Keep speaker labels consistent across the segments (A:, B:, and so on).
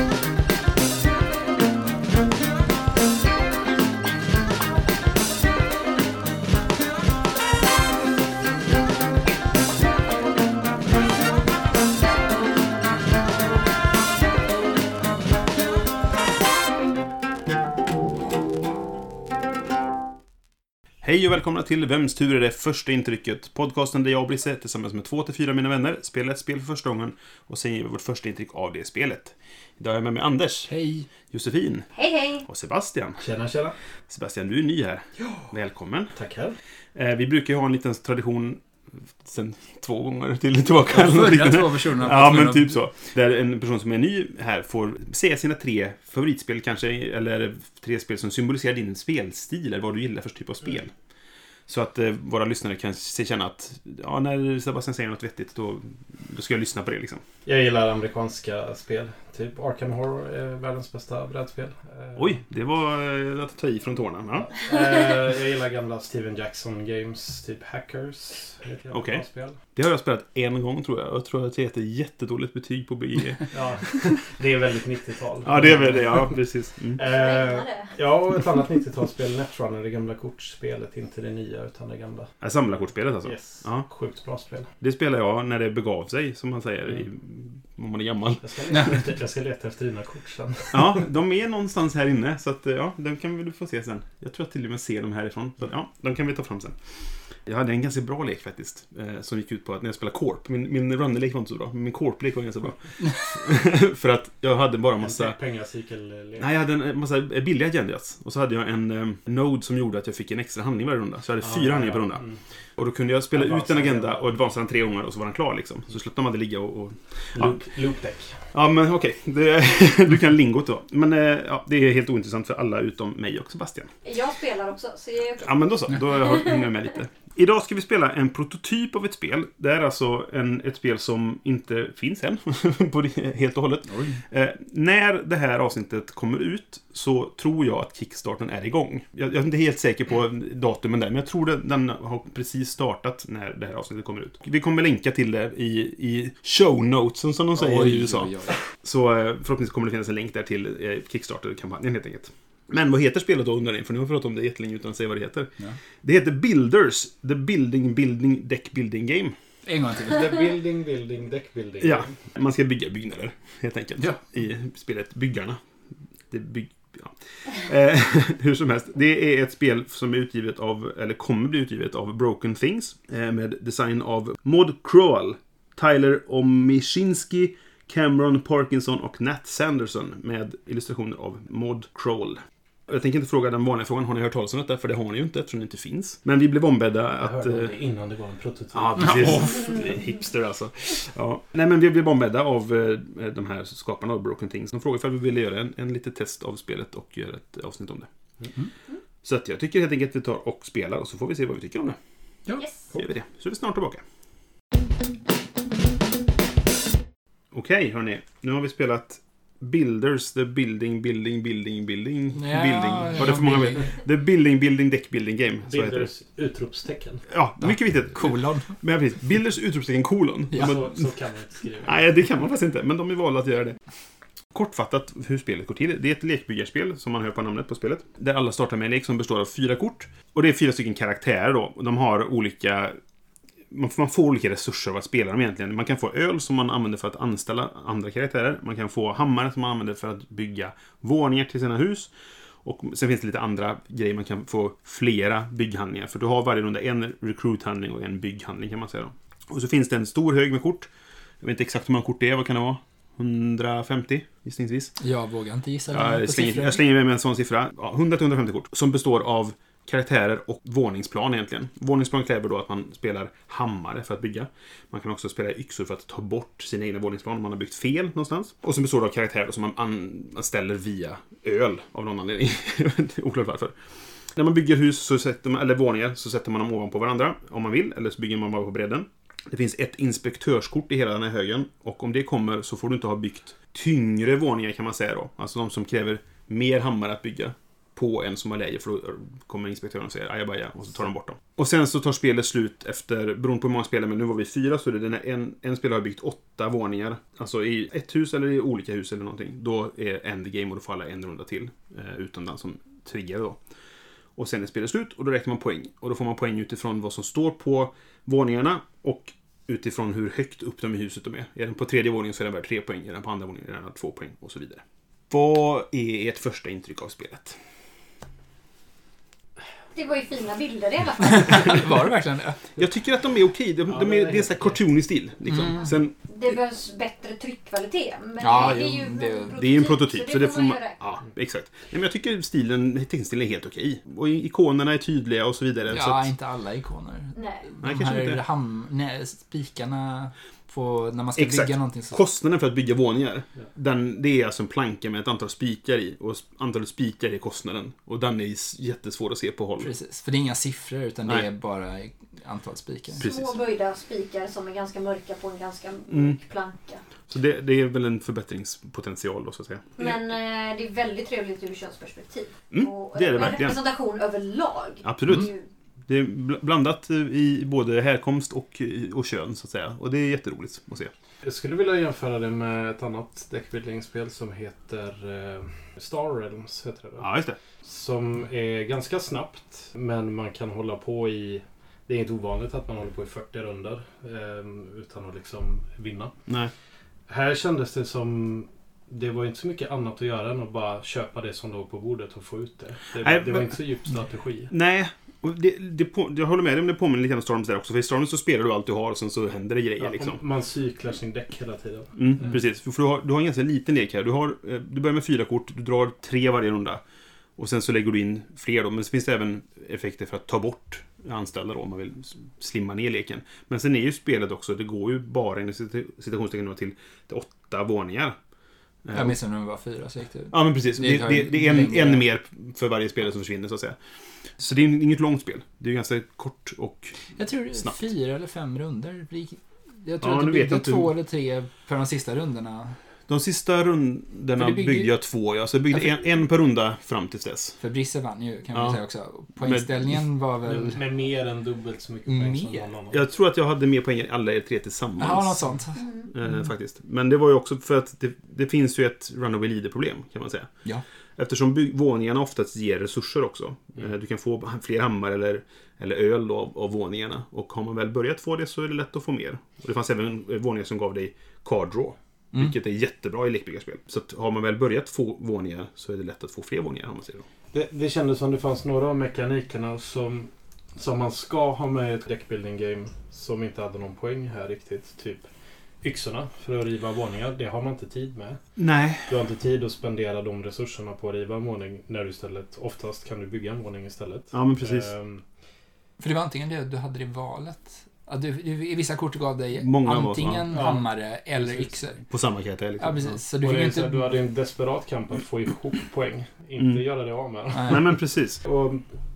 A: Hej och välkomna till Vems tur är det första intrycket? Podcasten där jag och Brisse tillsammans med två till fyra av mina vänner spelar ett spel för första gången och sen ger vi vårt första intryck av det spelet. Idag är jag med mig Anders,
B: Hej!
A: Josefin
C: Hej hej!
A: och Sebastian.
B: Tjena, tjena!
A: Sebastian, du är ny här. Välkommen.
B: Tackar!
A: Eh, vi brukar ju ha en liten tradition sen två gånger till tillbaka. eller något
B: Förra
A: liknande.
B: två personerna
A: Ja,
B: på
A: men
B: tvungna-
A: typ så. Där en person som är ny här får se sina tre favoritspel kanske, eller tre spel som symboliserar din spelstil, eller vad du gillar för typ av spel. Så att eh, våra lyssnare kan se känna att ja, när Sebastian säger något vettigt, då, då ska jag lyssna på det liksom.
D: Jag gillar amerikanska spel. Typ Arkham Horror är världens bästa brädspel. Eh,
A: Oj, det var eh, att ta i från tårna. Ja.
D: eh, jag gillar gamla Steven Jackson Games, typ Hackers. är ett jävla
A: Okej.
D: bra Spel.
A: Det har jag spelat en gång tror jag. Jag tror att jag heter jättedåligt betyg på BG.
D: Ja, det är väldigt 90-tal.
A: ja, det är väl det. Ja, precis. Mm.
D: Eh, ja, och ett annat 90-talsspel, Netrunner, det gamla kortspelet. Inte det nya, utan det gamla.
A: Ja, Samlarkortspelet alltså.
D: Yes.
A: Ja.
D: Sjukt bra spel.
A: Det spelar jag när det begav sig, som man säger, i, om man är gammal.
D: Jag ska, leta efter, jag ska leta efter dina kort sen.
A: Ja, de är någonstans här inne. Så att, eh, ja, de kan vi väl få se sen. Jag tror att till och med ser dem härifrån. Så, att, ja, de kan vi ta fram sen. Jag hade en ganska bra lek faktiskt. Eh, som gick ut på att när jag spelade Corp. Min, min runnerlek var inte så bra, men min Corp-lek var ganska bra. För att jag hade bara massa...
D: Pengacykel...
A: Nej, jag hade en eh, massa billiga agendas. Och så hade jag en eh, node som gjorde att jag fick en extra handling varje runda. Så jag hade fyra handlingar per runda.
D: Mm.
A: Och då kunde jag spela ut
D: Advance
A: en
D: agenda.
A: agenda och advansa den tre gånger och så var den klar liksom. Så slapp de aldrig ligga och, och Ja.
D: Loop, loop deck.
A: Ja, men okej. Det- Du kan lingot då. Men eh, ja, det är helt ointressant för alla utom mig och Sebastian.
E: Jag spelar också, så det är okej.
A: Ja, men då så. Då har- hänger jag med lite. Idag ska vi spela en prototyp av ett spel. Det är alltså en, ett spel som inte finns än, på det, helt och hållet.
B: Oj.
A: Eh, när det här avsnittet kommer ut så tror jag att kickstarten är igång. Jag, jag är inte helt säker på datumen där, men jag tror den, den har precis startat när det här avsnittet kommer ut. Vi kommer länka till det i, i show notesen som de säger i USA.
B: oj, oj.
A: Så eh, förhoppningsvis kommer det finnas en länk där till eh, Kickstarter-kampanjen helt enkelt. Men vad heter spelet då undrar ni? För nu har jag pratat om det jättelänge utan att säga vad det heter.
B: Ja.
A: Det heter Builders, The Building Building Deck Building Game.
B: En gång till.
D: The building, building, deck building.
A: Ja, man ska bygga byggnader helt enkelt.
B: Ja.
A: I spelet Byggarna. Det bygg... Ja. Eh, hur som helst, det är ett spel som är utgivet av, eller kommer bli utgivet av Broken Things. Eh, med design av Maud Crowell, Tyler Omishinsky, Cameron Parkinson och Nat Sanderson. Med illustrationer av Maud Crowell. Jag tänker inte fråga den vanliga frågan, har ni hört talas om detta? För det har ni ju inte eftersom det inte finns. Men vi blev ombedda
D: Jag
A: att...
D: hörde om
A: eh,
D: det innan det var en prototyp.
A: Ja, precis. Det är Hipster alltså. Ja. Nej, men vi blev ombedda av eh, de här skaparna av Broken Things. De frågade ifall vi ville göra en, en liten test av spelet och göra ett avsnitt om det.
B: Mm-hmm.
A: Så att jag tycker helt enkelt att vi tar och spelar och så får vi se vad vi tycker om det.
B: Ja.
E: Yes.
A: Så gör vi det. Så är vi snart tillbaka. Okej, hörni. Nu har vi spelat Builders, The Building, Building, Building, Building,
B: Ja,
A: Building. Var det
B: ja,
A: för många?
B: building.
A: The Building, Building, Deck Building Game. Så heter det.
D: Bilders utropstecken.
A: Ja, mycket viktigt.
B: Kolon.
A: Men precis, Bilders utropstecken kolon.
B: Ja.
A: Men-
D: Så, så kan man inte skriva.
A: Nej, det kan man faktiskt inte, men de är valda att göra det. Kortfattat hur spelet går till. Det är ett lekbyggarspel, som man hör på namnet på spelet. Där alla startar med en lek som består av fyra kort. Och det är fyra stycken karaktärer då. Och De har olika... Man får, man får olika resurser av att spela dem egentligen. Man kan få öl som man använder för att anställa andra karaktärer. Man kan få hammare som man använder för att bygga våningar till sina hus. Och sen finns det lite andra grejer. Man kan få flera bygghandlingar. För du har varje runda en recruit-handling och en bygghandling kan man säga. Då. Och så finns det en stor hög med kort. Jag vet inte exakt hur många kort det är, vad kan det vara? 150 gissningsvis.
B: Jag vågar inte gissa.
A: Ja,
B: på
A: jag, slänger,
B: siffror.
A: jag slänger med mig en sån siffra. Ja, 100-150 kort. Som består av karaktärer och våningsplan egentligen. Våningsplan kräver då att man spelar hammare för att bygga. Man kan också spela yxor för att ta bort sina egna våningsplan om man har byggt fel någonstans. Och sen består det av karaktärer som man anställer via öl av någon anledning. Det är Oklart varför. När man bygger hus, så sätter man, eller våningar, så sätter man dem ovanpå varandra om man vill, eller så bygger man bara på bredden. Det finns ett inspektörskort i hela den här högen och om det kommer så får du inte ha byggt tyngre våningar kan man säga då. Alltså de som kräver mer hammare att bygga. på en som har läger för då kommer inspektören och säger ajabaja och så tar de bort dem. Och sen så tar spelet slut efter, beroende på hur många spelare, men nu var vi fyra så det är den här en, en spelare har byggt åtta våningar. Alltså i ett hus eller i olika hus eller någonting. Då är endgame och då får alla en runda till. Eh, utan den som triggar då. Och sen är spelet slut och då räknar man poäng. Och då får man poäng utifrån vad som står på våningarna och utifrån hur högt upp de i huset de är. Är den på tredje våningen så är den värd tre poäng, är den på andra våningen är den värd två poäng och så vidare. Vad är ert första intryck av spelet?
E: Det var ju fina bilder i alla fall.
B: Var det verkligen det?
A: Jag tycker att de är okej. De,
D: Ja,
A: de
D: det
A: är,
D: är
A: det är
D: helt
A: så här
D: okej. Mm.
A: cartoonig stil. Liksom. Sen,
E: Det behövs bättre tryckkvalitet. Men
B: Ja,
E: det, är ju
B: jo, det-
E: en
A: det är ju en prototyp, så det får man...
E: göra.
A: Ja, exakt. Nej, men jag tycker stilen, textstilen är helt okej. Och ikonerna är tydliga och så vidare. så
B: Ja,
A: att,
B: inte alla ikoner.
E: Nej.
A: nej,
B: De
A: kanske
B: här
A: inte.
B: ham- nej, spikarna på när man ska
A: Exakt.
B: bygga någonting. Så,
A: Kostnaden för att bygga våningar, den, det är alltså en planka med ett antal spikar i. Och s- antalet spikar är kostnaden. Och den är s- jättesvår att se på håll.
B: precis, för det är inga siffror utan
A: Nej.
B: det är bara antal spikar.
A: Precis. Mm.
E: Små böjda spikar som är ganska mörka på en ganska mörk planka.
A: Så det, det är väl en förbättringspotential då, så att säga.
E: Men eh, det är väldigt trevligt ur könsperspektiv.
A: Mm,
E: och
A: det är det
E: eh,
A: verkligen.
E: representation överlag.
A: Absolut.
E: Det är ju-
A: Det är bl- blandat eh, i både härkomst och, och kön, så att säga. Och det är jätteroligt att se.
D: Jag skulle vilja jämföra det med ett annat deckbuilding-spel som heter eh, Star Realms. Heter det, va?
A: Ja, just det.
D: Som är ganska snabbt, men man kan hålla på i... Det är inte ovanligt att man håller på i 40 runder eh, utan att liksom vinna.
A: Nej.
D: Här kändes det som... Det var inte så mycket annat att göra än att bara köpa det som låg på bordet och få ut det. Det,
A: Nej,
D: det var
A: men-
D: inte så djup strategi.
A: Nej, och det, det på, jag håller med dig om det påminner lite grann om Storms där också. För i Storms så spelar du allt du har och sen så händer det grejer
D: Ja,
A: liksom.
D: Man cyklar sin däck hela tiden.
A: Mm, Precis, för du har, du har en ganska liten lek här. Du, har, eh, du börjar med fyra kort, du drar tre varje runda. Och sen så lägger du in fler då, men så finns det även effekter för att ta bort anställda då, om man vill s- slimma ner leken. Men sen är ju spelet också, det går ju bara inom cita- citationstecken då till, till åtta våningar. Eh,
B: Jag minns när det var fyra så gick det ut.
A: Ja, men precis.
B: Det
A: Det,
B: tar
A: det,
B: ju
A: det är en,
B: längre.
A: en mer för varje spelare som försvinner, så att säga. Så det är inget långt spel. Det är ganska kort och...
B: Jag tror det är
A: Snabbt.
B: fyra eller fem runder. Det gick- Jag tror
A: Ja,
B: att
A: nu
B: det
A: vet
B: byggde
A: jag inte
B: två
A: hur-
B: eller tre för de sista rundorna.
A: De sista rundorna
B: För det bygger-
A: byggde jag två, ja. Så jag byggde
B: Ja,
A: en, en per runda fram tills dess.
B: För Brisse vann ju, kan
A: Ja.
B: man säga också. Poängställningen var väl...
D: Med, med mer än dubbelt så mycket poäng som
B: Mer?
D: någon annan.
A: Jag tror att jag hade mer poäng än alla er tre tillsammans.
B: Ja, något sånt.
E: Mm.
A: Eh, Faktiskt. Men det var ju också för att det, det finns ju ett runaway leader-problem, kan man säga.
B: Ja. Mm.
A: Eftersom bygg, våningarna oftast ger resurser också.
D: Mm.
A: Eh, Du kan få fler hammare eller, eller öl då, av, av våningarna. Och har man väl börjat få det så är det lätt att få mer. Och det fanns även eh, våningar som gav dig card draw.
B: Mm.
A: Vilket är jättebra i lekbyggarspel. Så att har man väl börjat få våningar så är det lätt att få fler våningar. Om man säger då.
D: Det, det kändes som det fanns några av mekanikerna som, som man ska ha med i ett deckbuilding game som inte hade någon poäng här riktigt. Typ yxorna för att riva våningar, det har man inte tid med.
A: Nej.
D: Du har inte tid att spendera de resurserna på att riva en våning när du istället, oftast kan du bygga en våning istället.
A: Ja, men precis.
D: Ehm,
B: För det var antingen det du hade i valet. Att du, du, i vissa kort gav dig
A: Många var så,
B: antingen
D: ja.
B: hammare eller
D: Precis.
B: yxor.
A: På samma karaktär liksom.
B: Ja, precis. Så du
D: och
B: fick
D: det
B: ju
D: är så här, du
B: inte...
D: hade en desperat kamp att få ihop poäng, inte
A: Mm.
D: göra det av med.
A: Ja.
B: Nej.
A: Nej, men precis.
D: Och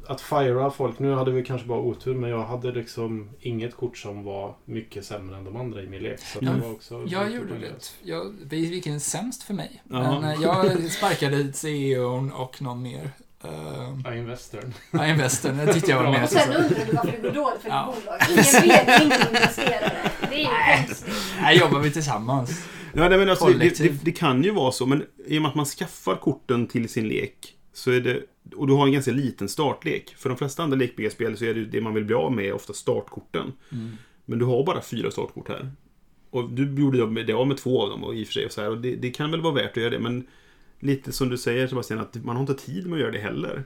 D: att fira folk, nu hade vi kanske bara otur men jag hade liksom inget kort som var mycket sämre än de andra i min lek. Så
B: Ja,
D: det var också
B: Mm. Jag
D: lite
B: gjorde
D: poänglöst.
B: det. Jag, det gick in sämst för mig.
A: Ja.
B: Men eh, jag sparkade ut CEOn och någon mer. Uh,
D: Ja, Investern.
B: nej, västern. Det tyckte jag var mer
E: Och sen
B: så.
E: undrar du varför det går dåligt för ditt
B: Ja.
E: bolag. Ingen vd, ingen investerare. Det är ju konstigt.
B: Här jobbar vi tillsammans.
A: Ja, nej, men alltså, det,
B: Kollektiv.
A: det, det kan ju vara så, men i och med att man skaffar korten till sin lek så är det, och du har en ganska liten startlek. För de flesta andra lekbyggarspel så är det ju det man vill bli av med är ofta startkorten. Men du har bara fyra startkort här. Och du gjorde av med- det av med två av dem och i och för sig. Och så här, och det, det kan väl vara värt att göra det, men lite som du säger Sebastian, att man har inte tid med att göra det heller.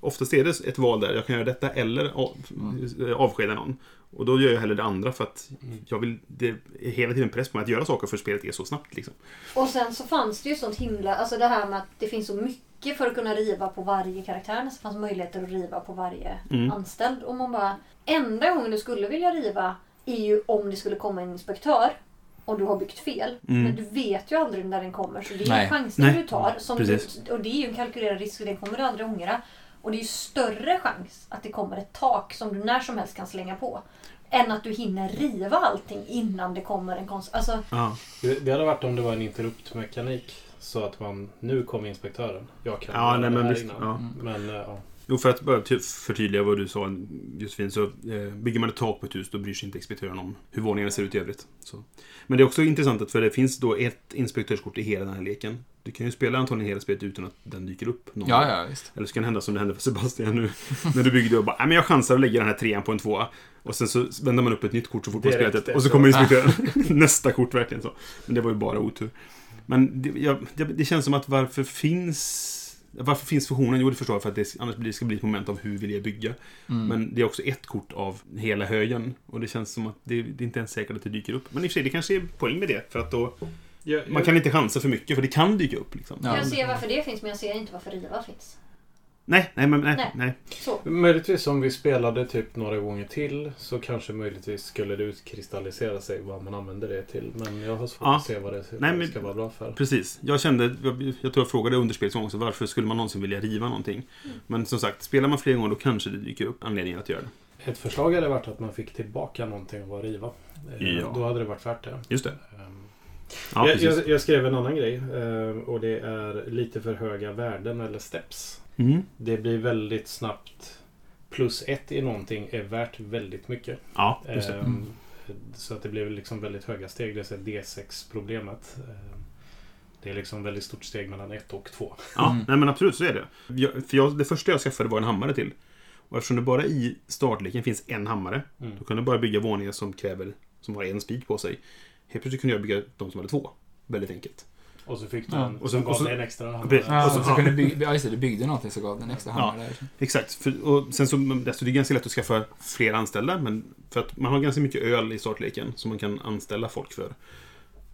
A: Oftast är det ett val där, jag kan göra detta eller av,
B: Mm.
A: avskeda någon. Och då gör jag hellre det andra för att jag vill, det är hela tiden press på mig att göra saker för spelet är så snabbt. Liksom.
E: Och sen så fanns det ju sånt himla, alltså det här med att det finns så mycket för att kunna riva på varje karaktär. Så fanns möjligheter att riva på varje
A: Mm.
E: anställd. Och man bara, enda gången du skulle vilja riva är ju om det skulle komma en inspektör. Och du har byggt fel.
A: Mm.
E: Men du vet ju aldrig när den kommer. Så det är
B: Nej.
E: ju chanser
A: Nej.
E: du tar. Som du,
A: Precis.
E: och det är ju en kalkylerad risk. så Den kommer du aldrig ångra. Och det är ju större chans att det kommer ett tak som du när som helst kan slänga på. Än att du hinner riva allting innan det kommer en konst... Alltså,
A: Ja.
D: Det, det hade varit om det var en interruptmekanik. Så att man, nu kommer inspektören. Jag kan
A: Ja,
D: det
A: nej men
D: här
A: visst.
D: innan.
A: Ja.
D: Men eh, ja.
A: Jo, för att bara ty- förtydliga vad du sa Josefin, så eh, bygger man ett tak på ett hus då bryr sig inte inspektören om hur våningarna ser ut i övrigt. Så. Men det är också intressant att för det finns då ett inspektörskort i hela den här leken. Du kan ju spela antagligen hela spelet utan att den dyker upp. Någon.
B: Ja, ja, visst.
A: Eller så kan det hända som det hände för Sebastian nu. När du byggde och bara "Nej, men jag chansar och lägger den här trean på en tvåa. Och sen så vänder man upp ett nytt kort så fort man
D: Direkt
A: spelat ett. Och så
D: efteråt.
A: kommer inspektören. Nästa kort verkligen så. Men det var ju bara otur. Men det, jag, det, det känns som att varför finns... Varför finns fusionen? Jo, det förstår jag. För att det, annars blir- det ska bli ett moment av hur vill jag bygga.
B: Mm.
A: Men det är också ett kort av hela högen. Och det känns som att det, det är inte ens säkert att det dyker upp. Men i och för sig, det kanske är poäng med det. För att då...
D: Jag,
A: Man kan inte chansa för mycket, för det kan dyka upp liksom.
B: Mm. Ja.
E: Jag ser varför det finns men jag ser inte varför Riva finns.
A: Nej, nej, men nej,
E: Nej.
A: nej.
E: Så.
D: Möjligtvis om vi spelade typ några gånger till så kanske möjligtvis skulle det utkristallisera sig vad man använder det till. Men jag har svårt
A: Ja.
D: att se vad det
A: Nej,
D: vad det
A: men-
D: ska vara bra för.
A: Precis. Jag kände, jag, jag tror jag frågade under spelets gång också, varför skulle man någonsin vilja riva någonting? Men som sagt, spelar man fler gånger då kanske det dyker upp anledningen att göra det.
D: Ett förslag hade varit att man fick tillbaka någonting och bara riva. Eh,
A: Ja.
D: Då hade det varit värt det.
A: Just det.
D: Ehm,
A: Ja,
D: jag,
A: precis.
D: jag, jag skrev en annan grej eh, och det är lite för höga värden eller steps.
A: Mm.
D: Det blir väldigt snabbt plus ett i någonting är värt väldigt mycket.
A: Ja, just det.
D: Ehm,
B: Mm.
D: Så att det blir liksom väldigt höga steg. Det är så här D6-problemet. Ehm, Det är liksom väldigt stort steg mellan ett och två.
A: Ja,
B: Mm.
A: nej men absolut så är det. Jag, för jag, det första jag skaffade var en hammare till. Och eftersom det bara i startleken finns en hammare,
D: Mm.
A: då kan du bara bygga våningar som kräver, som har en spik på sig. Helt plötsligt kunde jag bygga de som hade två. Väldigt enkelt.
D: Och så fick du
B: Ja.
D: en
A: Och
D: och
A: så-
D: så,
A: och så-
D: en extra
A: precis.
D: hammare.
B: Ja,
A: Och
B: och
A: så-
B: så,
A: ja.
B: kunde bygga, ja, just det, du byggde någonting så gav den extra hammare där.
A: Exakt. För, och sen så, men dessutom är det ganska lätt att skaffa fler anställda, men för att man har ganska mycket öl i startleken som man kan anställa folk för.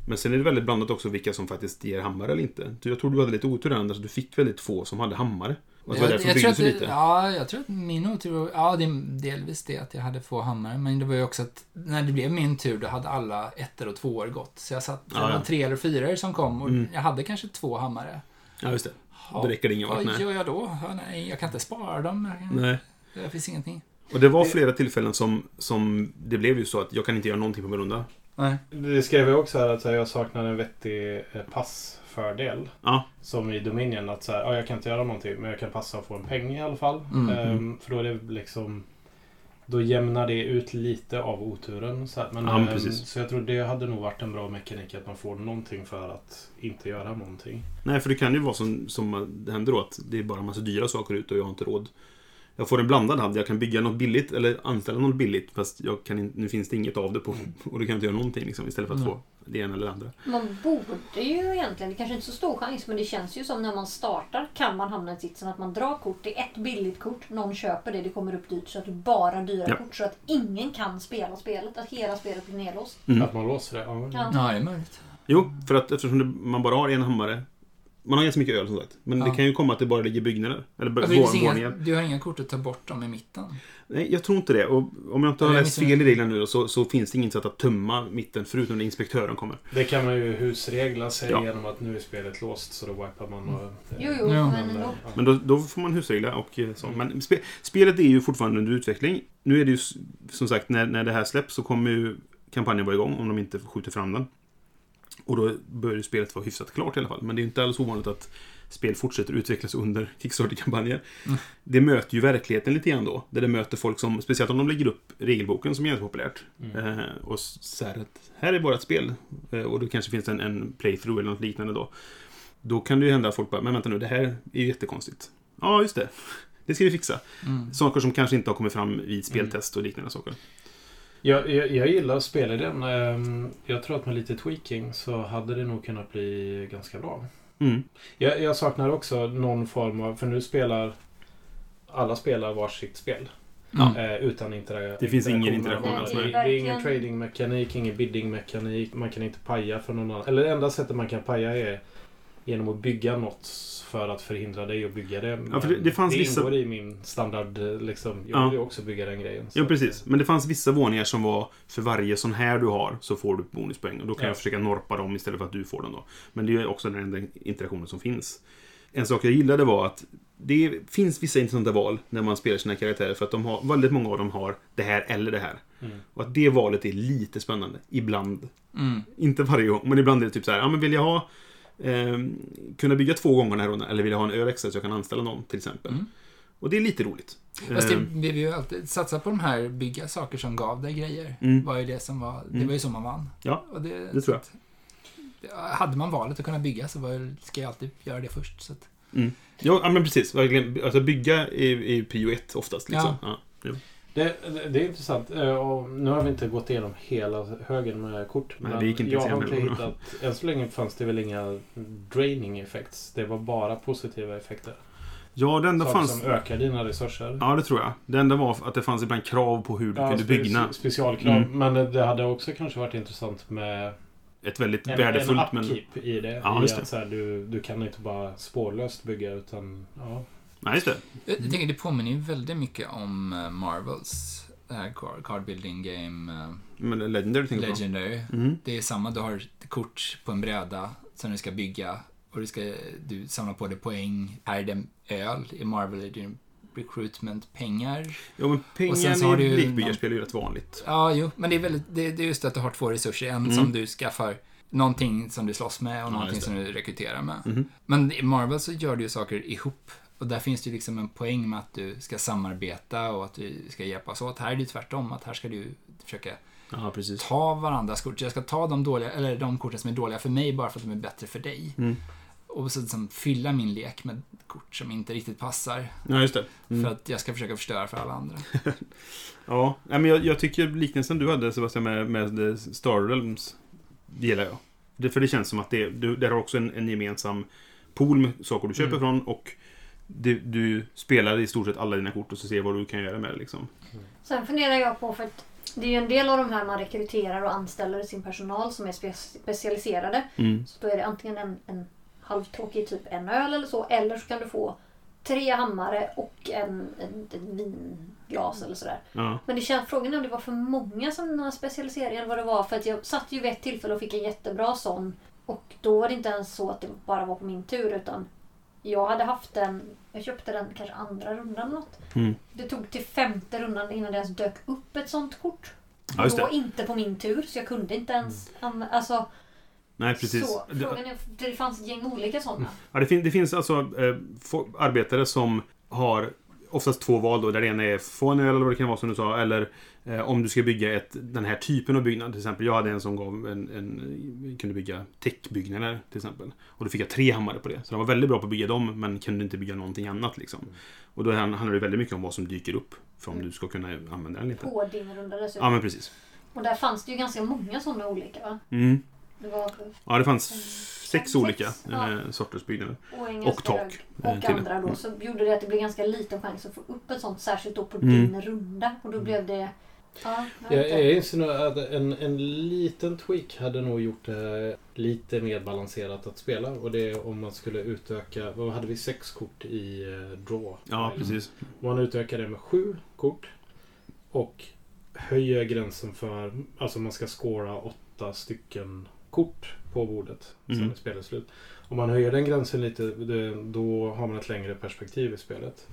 A: Men sen är det väldigt blandat också vilka som faktiskt ger hammare eller inte. Du- Jag tror du hade lite otur där Anders, du fick väldigt få som hade hammare. Och det var därför byggdes så
B: det,
A: lite.
B: ja, jag tror att min otur var, ja, det är delvis det att jag hade få hammare, men det var ju också att när det blev min tur, då hade alla ettor och tvåor gått. Så jag satt, det
A: Ja, ja.
B: var tre eller fyra som kom och
A: Mm.
B: jag hade kanske två hammare.
A: Ja, just det.
B: Ja,
A: Då räcker det ingen vart,
B: Vad
A: nej.
B: gör jag då? Ja, nej, jag kan inte spara dem.
A: Nej.
B: Det finns ingenting.
A: Och det var flera tillfällen som, som det blev ju så att jag kan inte göra någonting på min runda.
B: Nej.
D: Det skrev jag också här att så här, jag saknar en vettig eh, passfördel.
A: Ja.
D: Som i Dominion att så här, ja, jag kan inte göra någonting men jag kan passa och få en peng i alla fall.
B: Mm.
D: Ehm, för då är det liksom då jämnar det ut lite av oturen. Så, här, men,
A: Ja, men
D: ehm,
A: precis.
D: så jag tror det hade nog varit en bra mekanik att man får någonting för att inte göra någonting.
A: Nej, för det kan ju vara som, som det händer då att det är bara en massa dyra saker ute och jag har inte råd. Jag får en blandad hand. Jag kan bygga något billigt eller anställa något billigt fast jag kan in, nu finns det inget av det på och då kan jag inte göra någonting liksom, istället för att
B: Mm.
A: få det ena eller det andra.
E: Man borde ju egentligen, det kanske inte är så stor chans, men det känns ju som när man startar kan man hamna i sitsen att man drar kort, det är ett billigt kort, någon köper det, det kommer upp dyrt så att du bara har dyra
A: Ja.
E: kort så att ingen kan spela spelet, att hela spelet blir nedlåst.
A: Mm.
D: Att man låser det. Ja.
E: Ja.
B: Ja, det är möjligt.
A: Jo, för att eftersom det, man bara har en hammare. Man har ganska mycket öl som sagt. Men det
B: Ja.
A: kan ju komma att det bara ligger byggnader. Eller bara
B: Alltså, det finns
A: vår-
B: inga,
A: våningar.
B: du har inga kort att ta bort dem i mitten.
A: Nej, jag tror inte det. Och om jag inte har
B: Nej, jag
A: läst
B: missar-
A: fel i reglerna nu då, så, så finns det inget sätt att tömma mitten förutom när inspektören kommer.
D: Det kan man ju husregla sig
A: Ja.
D: genom att nu är spelet låst så då wipar man och...
E: Mm.
D: eh,
E: Jo, jo,
B: Ja.
E: men ändå.
D: ja.
A: Men då, då får man husregla och eh, så. Men spe, spelet är ju fortfarande under utveckling. Nu är det ju s- som sagt när, när det här släpps så kommer ju kampanjen vara igång om de inte skjuter fram den. Och då bör ju spelet vara hyfsat klart i alla fall. Men det är ju inte alls ovanligt att spel fortsätter utvecklas under Kickstarter-kampanjer.
B: Mm.
A: Det möter ju verkligheten lite grann då. Där det möter folk som, speciellt om de lägger upp regelboken som är jättepopulärt.
D: Mm.
A: Eh, och s- så här att här är vårt spel. Eh, och då kanske finns en, en playthrough eller något liknande då. Då kan det ju hända att folk bara, men vänta nu, det här är ju jättekonstigt. Ja, just det. Det ska vi fixa.
B: Mm.
A: Saker som kanske inte har kommit fram vid speltest och liknande saker.
D: Jag, jag, jag gillar spelidén. Ehm, Jag tror att med lite tweaking så hade det nog kunnat bli ganska bra.
A: Mm.
D: Jag, jag saknar också någon form av... För nu spelar... Alla spelar varsitt spel.
B: Mm.
D: eh, Utan intera-
A: Det finns ingen interaktion
D: alls.
A: alls,
D: Det
A: nej.
D: är ingen
E: Verkligen.
D: tradingmekanik, ingen biddingmekanik. Man kan inte paja för någon annan. Eller det enda sättet man kan paja är genom att bygga något för att förhindra dig att bygga det.
A: Ja, för det- det fanns
D: det
A: vissa-
D: ingår i min standard. eh, Liksom. Jag
A: Ja.
D: vill ju också bygga den grejen.
A: Ja,
D: så-
B: eh,
A: precis. Men det fanns vissa våningar som var för varje sån här du har så får du bonuspoäng. Och då kan
D: Ja.
A: jag försöka norpa dem istället för att du får dem då. Men det är ju också den enda interaktionen som finns. En sak jag gillade var att det finns vissa intressanta val när man spelar sina karaktärer för att de har, väldigt många av dem har det här eller det här.
D: Mm.
A: Och att det valet är lite spännande, ibland.
B: Mm.
A: Inte varje gång, men ibland är det typ så här, ja men vill jag ha Ehm, kunna bygga två gånger den här rundan, eller vill jag ha en ö extra så jag kan anställa någon till exempel.
B: Mm.
A: Och det är lite roligt.
B: Fast det,
A: Ehm,
B: vi vill ju alltid satsa på de här bygga saker som gav dig grejer.
A: Mm.
B: Var ju det, som var, det
A: Mm.
B: var ju så man vann.
A: Ja,
B: Och det,
A: det tror jag.
B: så att- hade man valet att kunna bygga så var, ska jag alltid göra det först. Så att,
A: Mm. Ja, ja, men precis. Verkligen. Alltså bygga är, är prio ett oftast. Liksom. Ja. jo.
D: Det, det- det är intressant. Eh, Och nu har vi inte gått igenom hela högen med kort.
A: Nej, det gick inte
D: jag
A: ens
D: har inte
A: igenom.
D: hittat... Än så länge fanns det väl inga draining effects. Det var bara positiva effekter.
A: Ja, det enda
D: Saker
A: fanns...
D: som ökar dina resurser.
A: Ja, det tror jag. Det enda var att det fanns ibland krav på hur du kunde
D: spe-
A: bygga
D: Specialkrav.
A: Mm.
D: Men det hade också kanske varit intressant med
A: ett väldigt
D: en, en
A: värdefullt... men...
D: upkeep i det.
A: Ja,
D: i
A: just det.
D: Att, så här, du, du kan inte bara spårlöst bygga utan... Ja.
A: Nej, just det.
B: jag,
A: Mm.
B: jag tänker, det påminner ju väldigt mycket om eh, Marvels det här card- card building game eh,
A: Men Legendary tänker jag på.
B: Legendary.
A: Mm.
B: Det är samma, du har ett kort på en bräda som du ska bygga och du ska du samlar på dig poäng. Här är det öl, i Marvel är det recruitment pengar.
A: Ja, men
B: Och sen så
A: pengar
B: har du
A: i
B: ju-
A: likbyggarspel är ju rätt vanligt.
B: Ja, jo, men det är, väldigt, det, det är just att du har två resurser. En som du skaffar någonting som du slåss med och någonting
A: Mm. just
B: som du rekryterar med.
A: Mm.
B: Men i Marvel så gör du ju saker ihop. Och där finns det ju liksom en poäng med att du ska samarbeta och att du ska hjälpas åt. Här är det ju tvärtom, att här ska du försöka
A: Ja, precis.
B: ta varandras kort. Jag ska ta de, dåliga, eller de korten som är dåliga för mig bara för att de är bättre för dig.
A: Mm.
B: Och så liksom fylla min lek med kort som inte riktigt passar.
A: Ja, just det. Mm.
B: För att jag ska försöka förstöra för alla andra.
A: Ja, nej, men jag, jag tycker liknelsen du hade Sebastian med, med eh, Star Realms gillar jag. Det, för det känns som att det, du, där har också en, en gemensam pool med saker du köper
D: Mm.
A: från och du, du spelar i stort sett alla dina kort och så ser vad du kan göra med det liksom.
E: Sen funderar jag på, för att det är ju en del av de här man rekryterar och anställer sin personal som är spe- specialiserade. Så då är det antingen en, en halvtråkig typ en öl eller så, eller så kan du få tre hammare och en, en, ett vinglas eller sådär.
A: Ja.
E: Men det känns, frågan är om det var för många sådana specialiseringar eller vad det var. För att jag satt ju vid ett tillfälle och fick en jättebra sån. Och då var det inte ens så att det bara var på min tur utan jag hade haft den, jag köpte den kanske andra rundan eller något.
A: Mm.
E: Det tog till femte rundan innan det ens dök upp ett sånt kort.
A: Ja, just
E: då
A: det. Mm.
E: inte på min tur så jag kunde inte ens använda, alltså
A: Nej, precis.
E: så.
A: Det-
E: Frågan är, det fanns ett gäng olika sådana.
A: Ja, det, fin- det finns alltså eh, få- arbetare som har oftast två val då, där det ena är få en öl eller vad det kan vara som du sa, eller eh, om du ska bygga ett, den här typen av byggnad. Till exempel, jag hade en som gav en, en, kunde bygga täckbyggnader till exempel. Och då fick jag tre hammare på det. Så de var väldigt bra på att bygga dem, men kunde inte bygga någonting annat liksom. Och då hand- handlar det väldigt mycket om vad som dyker upp, för om du ska kunna använda den lite.
E: På din runda
A: Mm.
E: dessutom.
A: Ja, men precis.
E: Och där fanns det ju ganska många sådana olika va?
A: Mm.
E: Det var
A: Ja, det fanns sex
E: Sex,
A: olika
E: ja.
A: eh, sorters byggnader.
E: Och, en
A: Och
E: ganska
A: tak,
E: hög-
A: eh,
E: Och
A: till det.
E: andra då. Så gjorde det att det blev ganska liten chans att få upp ett sånt. Särskilt då på
A: Mm.
E: din runda. Och då blev det... Ja, jag
D: Jag,
E: vet
D: jag
E: inte.
D: inser nog att en, en liten tweak hade nog gjort det lite mer balanserat att spela. Och det är om man skulle utöka, vad hade vi, sex kort i eh, draw?
A: Ja, precis.
D: Om man utökar det med sju kort och höjer gränsen för, alltså man ska skåra åtta stycken kort på bordet sen
A: Mm.
D: är spelet slut. Om man höjer den gränsen lite, det- då har man ett längre perspektiv i spelet.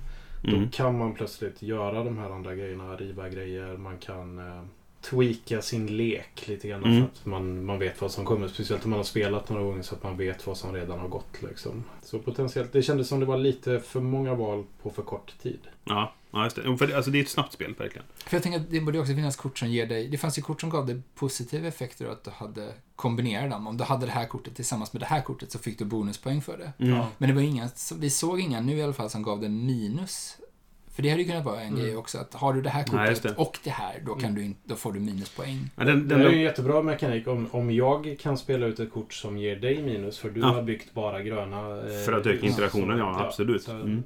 A: Mm.
D: Då kan man plötsligt göra de här andra grejerna, riva grejer, man kan eh, tweaka sin lek lite grann
A: Mm.
D: så att man, man vet vad som kommer. Speciellt om man har spelat några gånger så att man vet vad som redan har gått. Liksom. Så potentiellt, det kändes som det var lite för många val på för kort tid.
A: Ja, ja, just det. Jo, För det, alltså, det är ett snabbt spel, verkligen.
B: För jag tänker att det borde också finnas kort som ger dig, det fanns ju kort som gav dig positiva effekter och att du hade kombinerat dem. Om du hade det här kortet tillsammans med det här kortet så fick du bonuspoäng för det.
A: Mm.
D: Ja.
B: Men det var inga, vi såg inga nu i alla fall som gav dig minus. För det hade ju kunnat vara en
D: Mm.
B: grej också, att har du det här
A: Nej,
B: kortet
A: just det. Mm.
B: och det här, då, kan du in, då får du minuspoäng.
A: Ja, den,
D: Det
A: den,
D: är ju en jättebra mekanik om, om jag kan spela ut ett kort som ger dig minus för du
A: Ja.
D: har byggt bara gröna. eh,
A: För att öka
D: hus.
A: interaktionen, ja, absolut.
D: så-
A: Mm.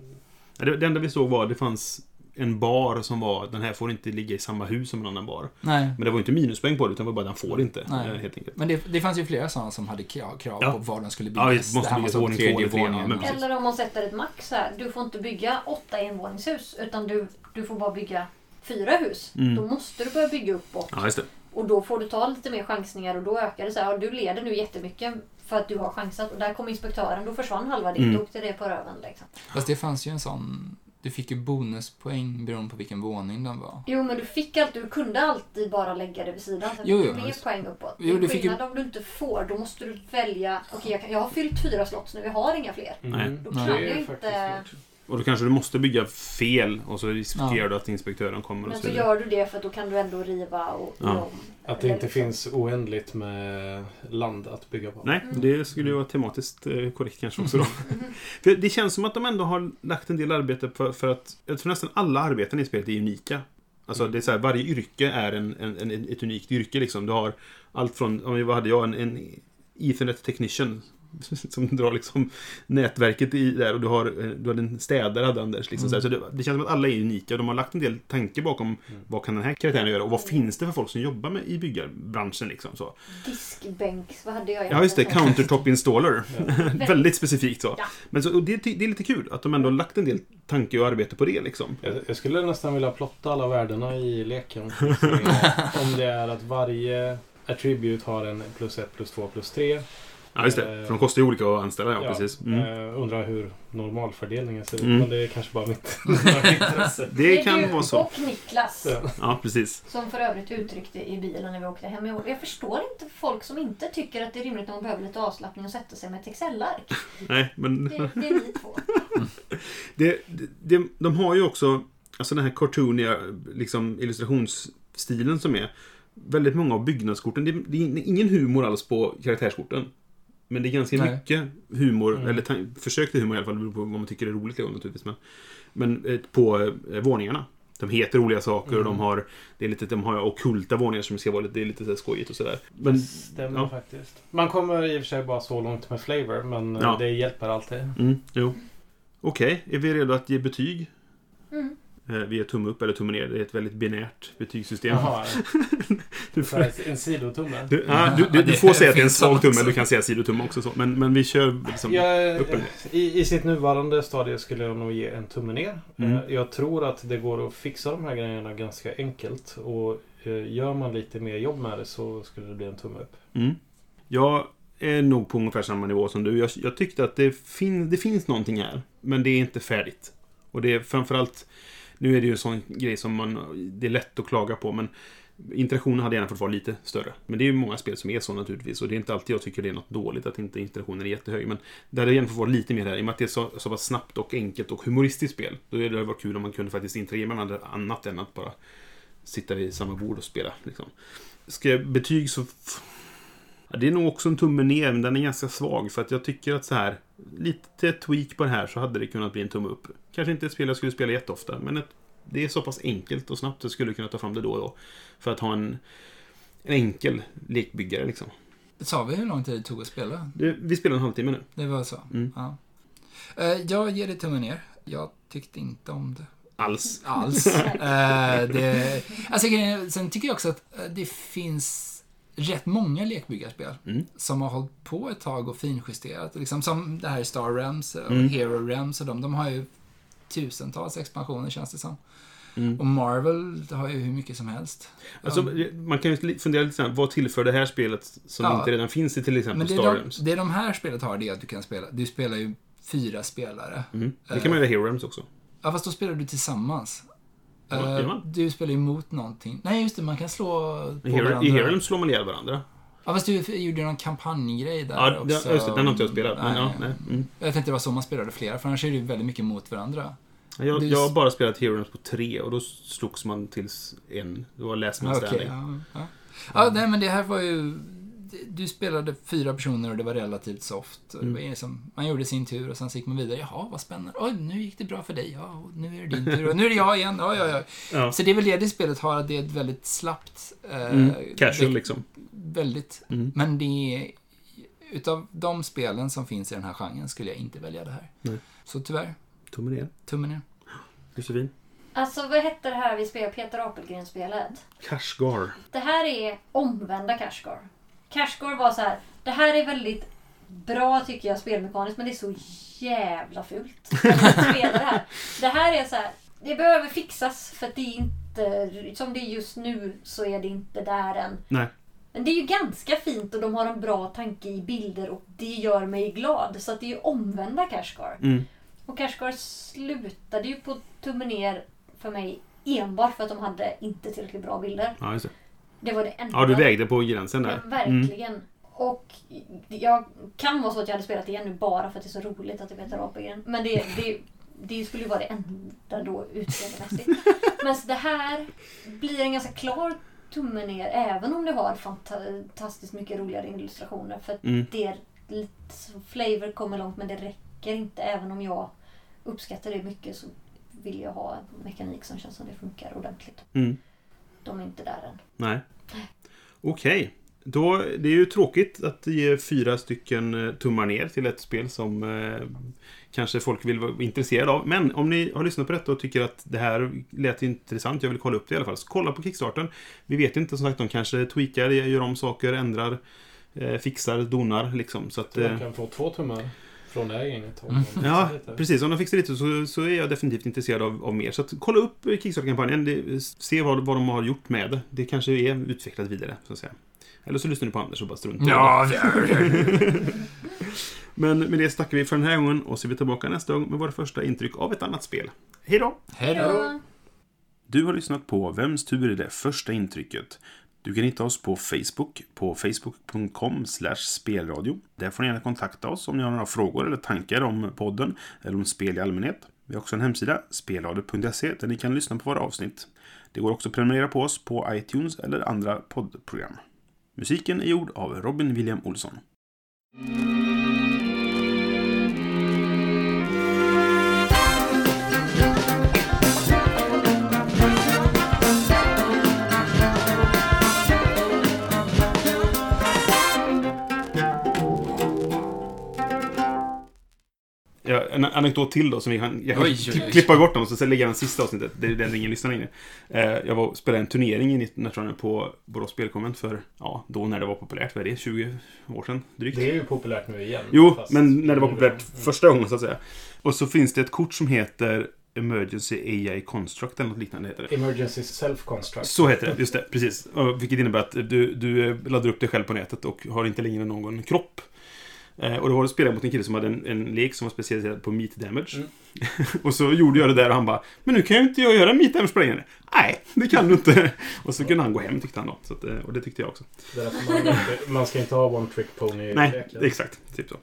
A: det, det enda vi såg var att det fanns en bar som var den här får inte ligga i samma hus som en annan bar.
B: Nej.
A: Men det var ju inte minuspoäng på det utan det var bara den får inte.
B: Nej.
A: eh, Helt enkelt.
B: Men det, det fanns ju flera sådana som hade krav, krav
A: Ja.
B: på vad de skulle
A: Ja,
B: byggas.
A: det måste
B: här
A: bli
B: var som
A: våning två
B: tredje
A: eller tre, ja,
B: våningen.
A: men precis.
E: Eller om man sätter ett max här. Du får inte bygga åtta envåningshus. Utan du, du får bara bygga fyra hus.
A: Mm.
E: Då måste du börja bygga uppåt.
A: Ja, just det.
E: Och då får du ta lite mer chansningar. Och då ökar det så här. ja, Du leder nu jättemycket. För att du har chansat. Och där kom inspektören. Då försvann halva ditt.
A: Mm.
E: Då åkte det på röven liksom.
B: Fast det fanns ju en sån Du fick ju bonuspoäng beroende på vilken våning den var.
E: Jo, men du fick alltid, du kunde alltid bara lägga det vid sidan. Så att
B: Jo,
E: du
B: jo,
E: fick mer
B: visst.
E: poäng uppåt.
B: Jo, du fick ju-
E: Skillnad om du inte får, då måste du välja. Okej, jag, kan- jag har fyllt fyra slott nu, jag har inga fler.
A: Nej.
E: Då
B: Nej.
E: kan
D: Det
E: jag
D: är
E: inte...
D: faktiskt svårt.
A: Och då kanske du måste bygga fel och så riskerar
B: Ja.
A: du att inspektören kommer och
E: Men alltså,
A: så
E: så
A: vidare.
E: gör du det för att då kan du ändå riva och
A: Ja.
E: ja. om.
D: Att det inte finns oändligt med land att bygga på.
A: Nej, det skulle ju vara tematiskt eh, korrekt kanske också då. För det känns som att de ändå har lagt en del arbete för, för att jag tror nästan alla arbeten i spelet är unika. Alltså det är så här, varje yrke är en, en, en, ett unikt yrke liksom. Du har allt från, om jag- vad hade jag, en, en Ethernet technician som drar liksom nätverket i där och du har, eh, du har en städare hade Anders. Liksom, så här. så det, det känns som att alla är unika. De har lagt en del tanke bakom vad kan den här karaktären göra och vad finns det för folk som jobbar med, i byggarbranschen liksom. Så.
E: Diskbänks, vad hade jag
A: Ja, just det.
E: egentligen?
A: Countertop installer. Väldigt specifikt så.
E: Ja.
A: Men så, och det, ty- det är lite kul att de ändå har lagt en del tanke och arbete på det liksom.
D: Jag, jag skulle nästan vilja plotta alla värdena i leken. Se Om det är att varje attribut har en plus ett, plus två, plus tre.
A: Ja, just det. För de kostar ju olika att anställa, ja, precis. Mm.
D: eh, undrar hur normalfördelningen ser ut.
A: Mm.
D: Men det är kanske bara mitt intresse.
A: Det
E: är du
A: kan vara så.
E: Och Niklas.
D: Ja.
A: Ja, precis.
E: Som för övrigt uttryckte i bilen när vi åkte hem i år. Jag förstår inte folk som inte tycker att det är rimligt när man behöver lite avslappning och sätta sig med ett Excel-ark.
A: Nej, men
E: Det, det är vi två.
A: det, det, det, de har ju också alltså den här cartooniga liksom, illustrationsstilen som är. Väldigt många av byggnadskorten, det, det är ingen humor alls på karaktärskorten. Men det är ganska
B: Nej.
A: mycket humor,
D: Mm.
A: eller ta- försök till humor i alla fall, det beror på vad man tycker är roligt liksom, naturligtvis. Men, men eh, på eh, våningarna. De heter roliga saker och
D: Mm.
A: de har, det är lite, de har ockulta våningar som ska vara lite, det är lite så här skojigt och sådär. Men
D: Det stämmer
A: ja.
D: faktiskt. Man kommer i och för sig bara så långt med flavor, men eh,
A: Ja.
D: det hjälper alltid.
A: Mm, jo. Okej, är vi redo att ge betyg?
E: Mm.
A: Eh, Vi ger tumme upp eller tumme ner. Det är ett väldigt binärt betygssystem.
D: Jaha,
A: Du,
D: så
A: får,
D: här, en sidotumme.
A: du, ah, du, du, du får säga att det är en svag tumme, du kan säga sidotumme också. Så. Men, men vi kör liksom...
D: Jag,
A: upp eller
D: i, I sitt nuvarande stadie skulle jag nog ge en tumme ner.
A: Mm.
D: Eh, Jag tror att det går att fixa de här grejerna ganska enkelt. Och eh, gör man lite mer jobb med det så skulle det bli en tumme upp.
A: Mm. Jag är nog på ungefär samma nivå som du. Jag, jag tyckte att det, fin, det finns någonting här, men det är inte färdigt. Och det är framförallt... Nu är det ju en sån grej som man... Det är lätt att klaga på, men interaktionen hade gärna fått vara lite större. Men det är ju många spel som är så naturligtvis, och det är inte alltid jag tycker det är något dåligt att inte interaktionen är jättehög. Men det hade gärna fått vara lite mer här, i och med att det är så, så pass snabbt och enkelt och humoristiskt spel. Då hade det varit kul om man kunde faktiskt interagera med varandra annat än att bara sitta vid samma bord och spela. Liksom. Ska jag betyg så Ja, det är nog också en tumme ner, men den är ganska svag. För att jag tycker att så här, lite tweak på det här så hade det kunnat bli en tumme upp. Kanske inte ett spel jag skulle spela jätteofta, men ett, det är så pass enkelt och snabbt att jag skulle kunna ta fram det då och då. För att ha en, en enkel lekbyggare liksom.
B: Sa vi hur lång tid det tog att spela?
A: Det, vi spelar en halvtimme nu.
B: Det var så?
A: Mm.
B: Ja. Eh, Jag ger det tummen ner. Jag tyckte inte om det.
A: Alls.
B: alls. Eh, det, alltså, grejen är- sen tycker jag också att eh, det finns rätt många lekbyggarspel
A: Mm.
B: som har hållit på ett tag och finjusterat. Liksom, som det här Star Realms och
A: Mm.
B: Hero Realms och de, de har ju tusentals expansioner känns det som.
A: Mm.
B: Och Marvel har ju hur mycket som helst.
A: Alltså, man kan ju li- fundera lite så här, vad tillför det här spelet som
B: Ja.
A: inte redan finns i till exempel
B: Men det,
A: Star
B: de,
A: Realms?
B: det de här spelet har det är att du kan spela, du spelar ju fyra spelare.
A: Mm. Det kan man göra i Hero Realms också.
B: Ja, fast då spelar du tillsammans.
A: Ja,
B: Eh,
A: gör man?
B: du spelar ju mot någonting. Nej, just det, man kan slå på
A: I Hero,
B: varandra.
A: i Hero Realms slår man ihjäl varandra.
B: Ja, fast du gjorde någon kampanjgrej där
A: Ja, det-
B: också.
A: just det, den har inte jag spelat. Men, ja, nej. Mm.
B: Jag tänkte det var så man spelade flera, för annars är det ju väldigt mycket mot varandra.
A: Jag,
B: Det är
A: jag
B: ju-
A: har bara spelat Heroes på tre och då slogs man tills en. Det var Last Man
B: Ja,
A: Standing.
B: Ah, Okej, ja, ja. ja,
A: Mm.
B: nej men det här var ju... Du spelade fyra personer och det var relativt soft.
A: Mm.
B: Och det var liksom, man gjorde sin tur och sen så gick man vidare. Jaha, vad spännande. Oj, nu gick det bra för dig. Ja, och nu är det din tur och nu är det jag igen. Oj, oj, oj.
A: Ja.
B: Så det är väl det det spelet har, att det är ett väldigt slappt... Eh,
A: Mm. Casual
B: det-
A: liksom.
B: Väldigt.
A: Mm.
B: Men det är... Utav de spelen som finns i den här genren skulle jag inte välja det här.
A: Nej.
B: Så tyvärr,
A: Tummen ner.
B: tummen ner.
A: Josefin.
E: Alltså vad hette det här vi spelade? Peter Apelgren-spelet?
A: Kashgar.
E: Det här är omvända Cashgar. Cashgar var så här. Det här är väldigt bra tycker jag spelmekaniskt men det är så jävla fult. att spela Det här Det här är så här. Det behöver fixas för att det är inte, som det är just nu så är det inte där än.
A: Nej.
E: Men det är ju ganska fint och de har en bra tanke i bilder och det gör mig glad. Så att det är ju omvända Cashgar.
A: Mm.
E: Och Och Kashgar slutade ju på tummen ner för mig enbart för att de hade inte tillräckligt bra bilder.
A: Ja, just det.
E: Det var det enda.
A: ja, du vägde på gränsen där. Mm.
E: Ja, verkligen. Och jag kan vara så att jag hade spelat igen nu bara för att det är så roligt att det betar av på igen. Men det, det, det skulle ju vara det enda då utseendemässigt. Men så det här blir en ganska klar tumme ner även om det har fantastiskt mycket roligare illustrationer. För att
A: Mm.
E: det är lite, så flavor kommer långt men det räcker inte. Även om jag uppskattar det mycket så vill jag ha en mekanik som känns som det funkar ordentligt.
A: Mm. Mm.
E: De är inte där än.
A: Nej. Okej. Då, det är ju tråkigt att ge fyra stycken eh, tummar ner till ett spel som eh, kanske folk vill vara intresserade av. Men om ni har lyssnat på detta och tycker att det här lät intressant, jag vill kolla upp det i alla fall, så kolla på Kickstarten. Vi vet inte, som sagt, de kanske tweakar, gör om saker, ändrar, eh, fixar, donar liksom. Så att,
D: Så
A: eh,
D: man kan få två tummar från det här gänget. om
B: Mm.
D: man
A: Ja,
D: fixar lite.
A: precis. Om de fixar lite så, så är jag definitivt intresserad av, av mer. Så att, kolla upp Kickstarter-kampanjen. det- Se vad, vad de har gjort med det. Det kanske är utvecklat vidare, så att säga. Eller så lyssnar ni på Anders och bara struntar i
B: Ja,
A: det. Men med det tackar vi för den här gången och så är vi tillbaka nästa gång med våra första intryck av ett annat spel. Hej då!
B: Hej då.
E: Ja.
A: Du har lyssnat på Vems tur är det första intrycket? Du kan hitta oss på Facebook, på facebook.com spelradio. Där får ni gärna kontakta oss om ni har några frågor eller tankar om podden eller om spel i allmänhet. Vi har också en hemsida, spelradio.se, där ni kan lyssna på våra avsnitt. Det går också att prenumerera på oss på iTunes eller andra poddprogram. Musiken är gjord av Robin William Olsson. Ja, en anekdot till då som vi kan, jag kan
B: Oj, oj, oj.
A: klippa bort dem och så sen lägga den sista avsnittet. Det är den ingen lyssnar in i. Eh, jag var och spelade en turnering i 1900 på Borås Spelkonvent för, ja, då när det var populärt. Vad är det? 20 år sedan? Drygt?
D: Det är ju populärt nu igen.
A: Jo,
D: fast-
A: men när det var populärt
D: Mm.
A: första gången så att säga. Och så finns det ett kort som heter Emergency AI Construct eller något liknande heter det.
D: Emergency self-construct.
A: Så heter det, just det, precis. Och Vilket innebär att du, du eh, laddar upp dig själv på nätet och har inte längre någon kropp. Eh, och då var det spelat mot en kille som hade en, en lek som var specialiserad på meat damage.
D: Mm.
A: och så gjorde jag det där och han bara Men nu kan ju inte jag göra meat damage på längre. Nej, det kan du inte. och så kunde han gå hem tyckte han då. Så att, eh, och det tyckte jag också.
D: Det är därför man, inte, man ska inte ha one trick pony i
A: Nej,
D: leken.
A: exakt. Typ så.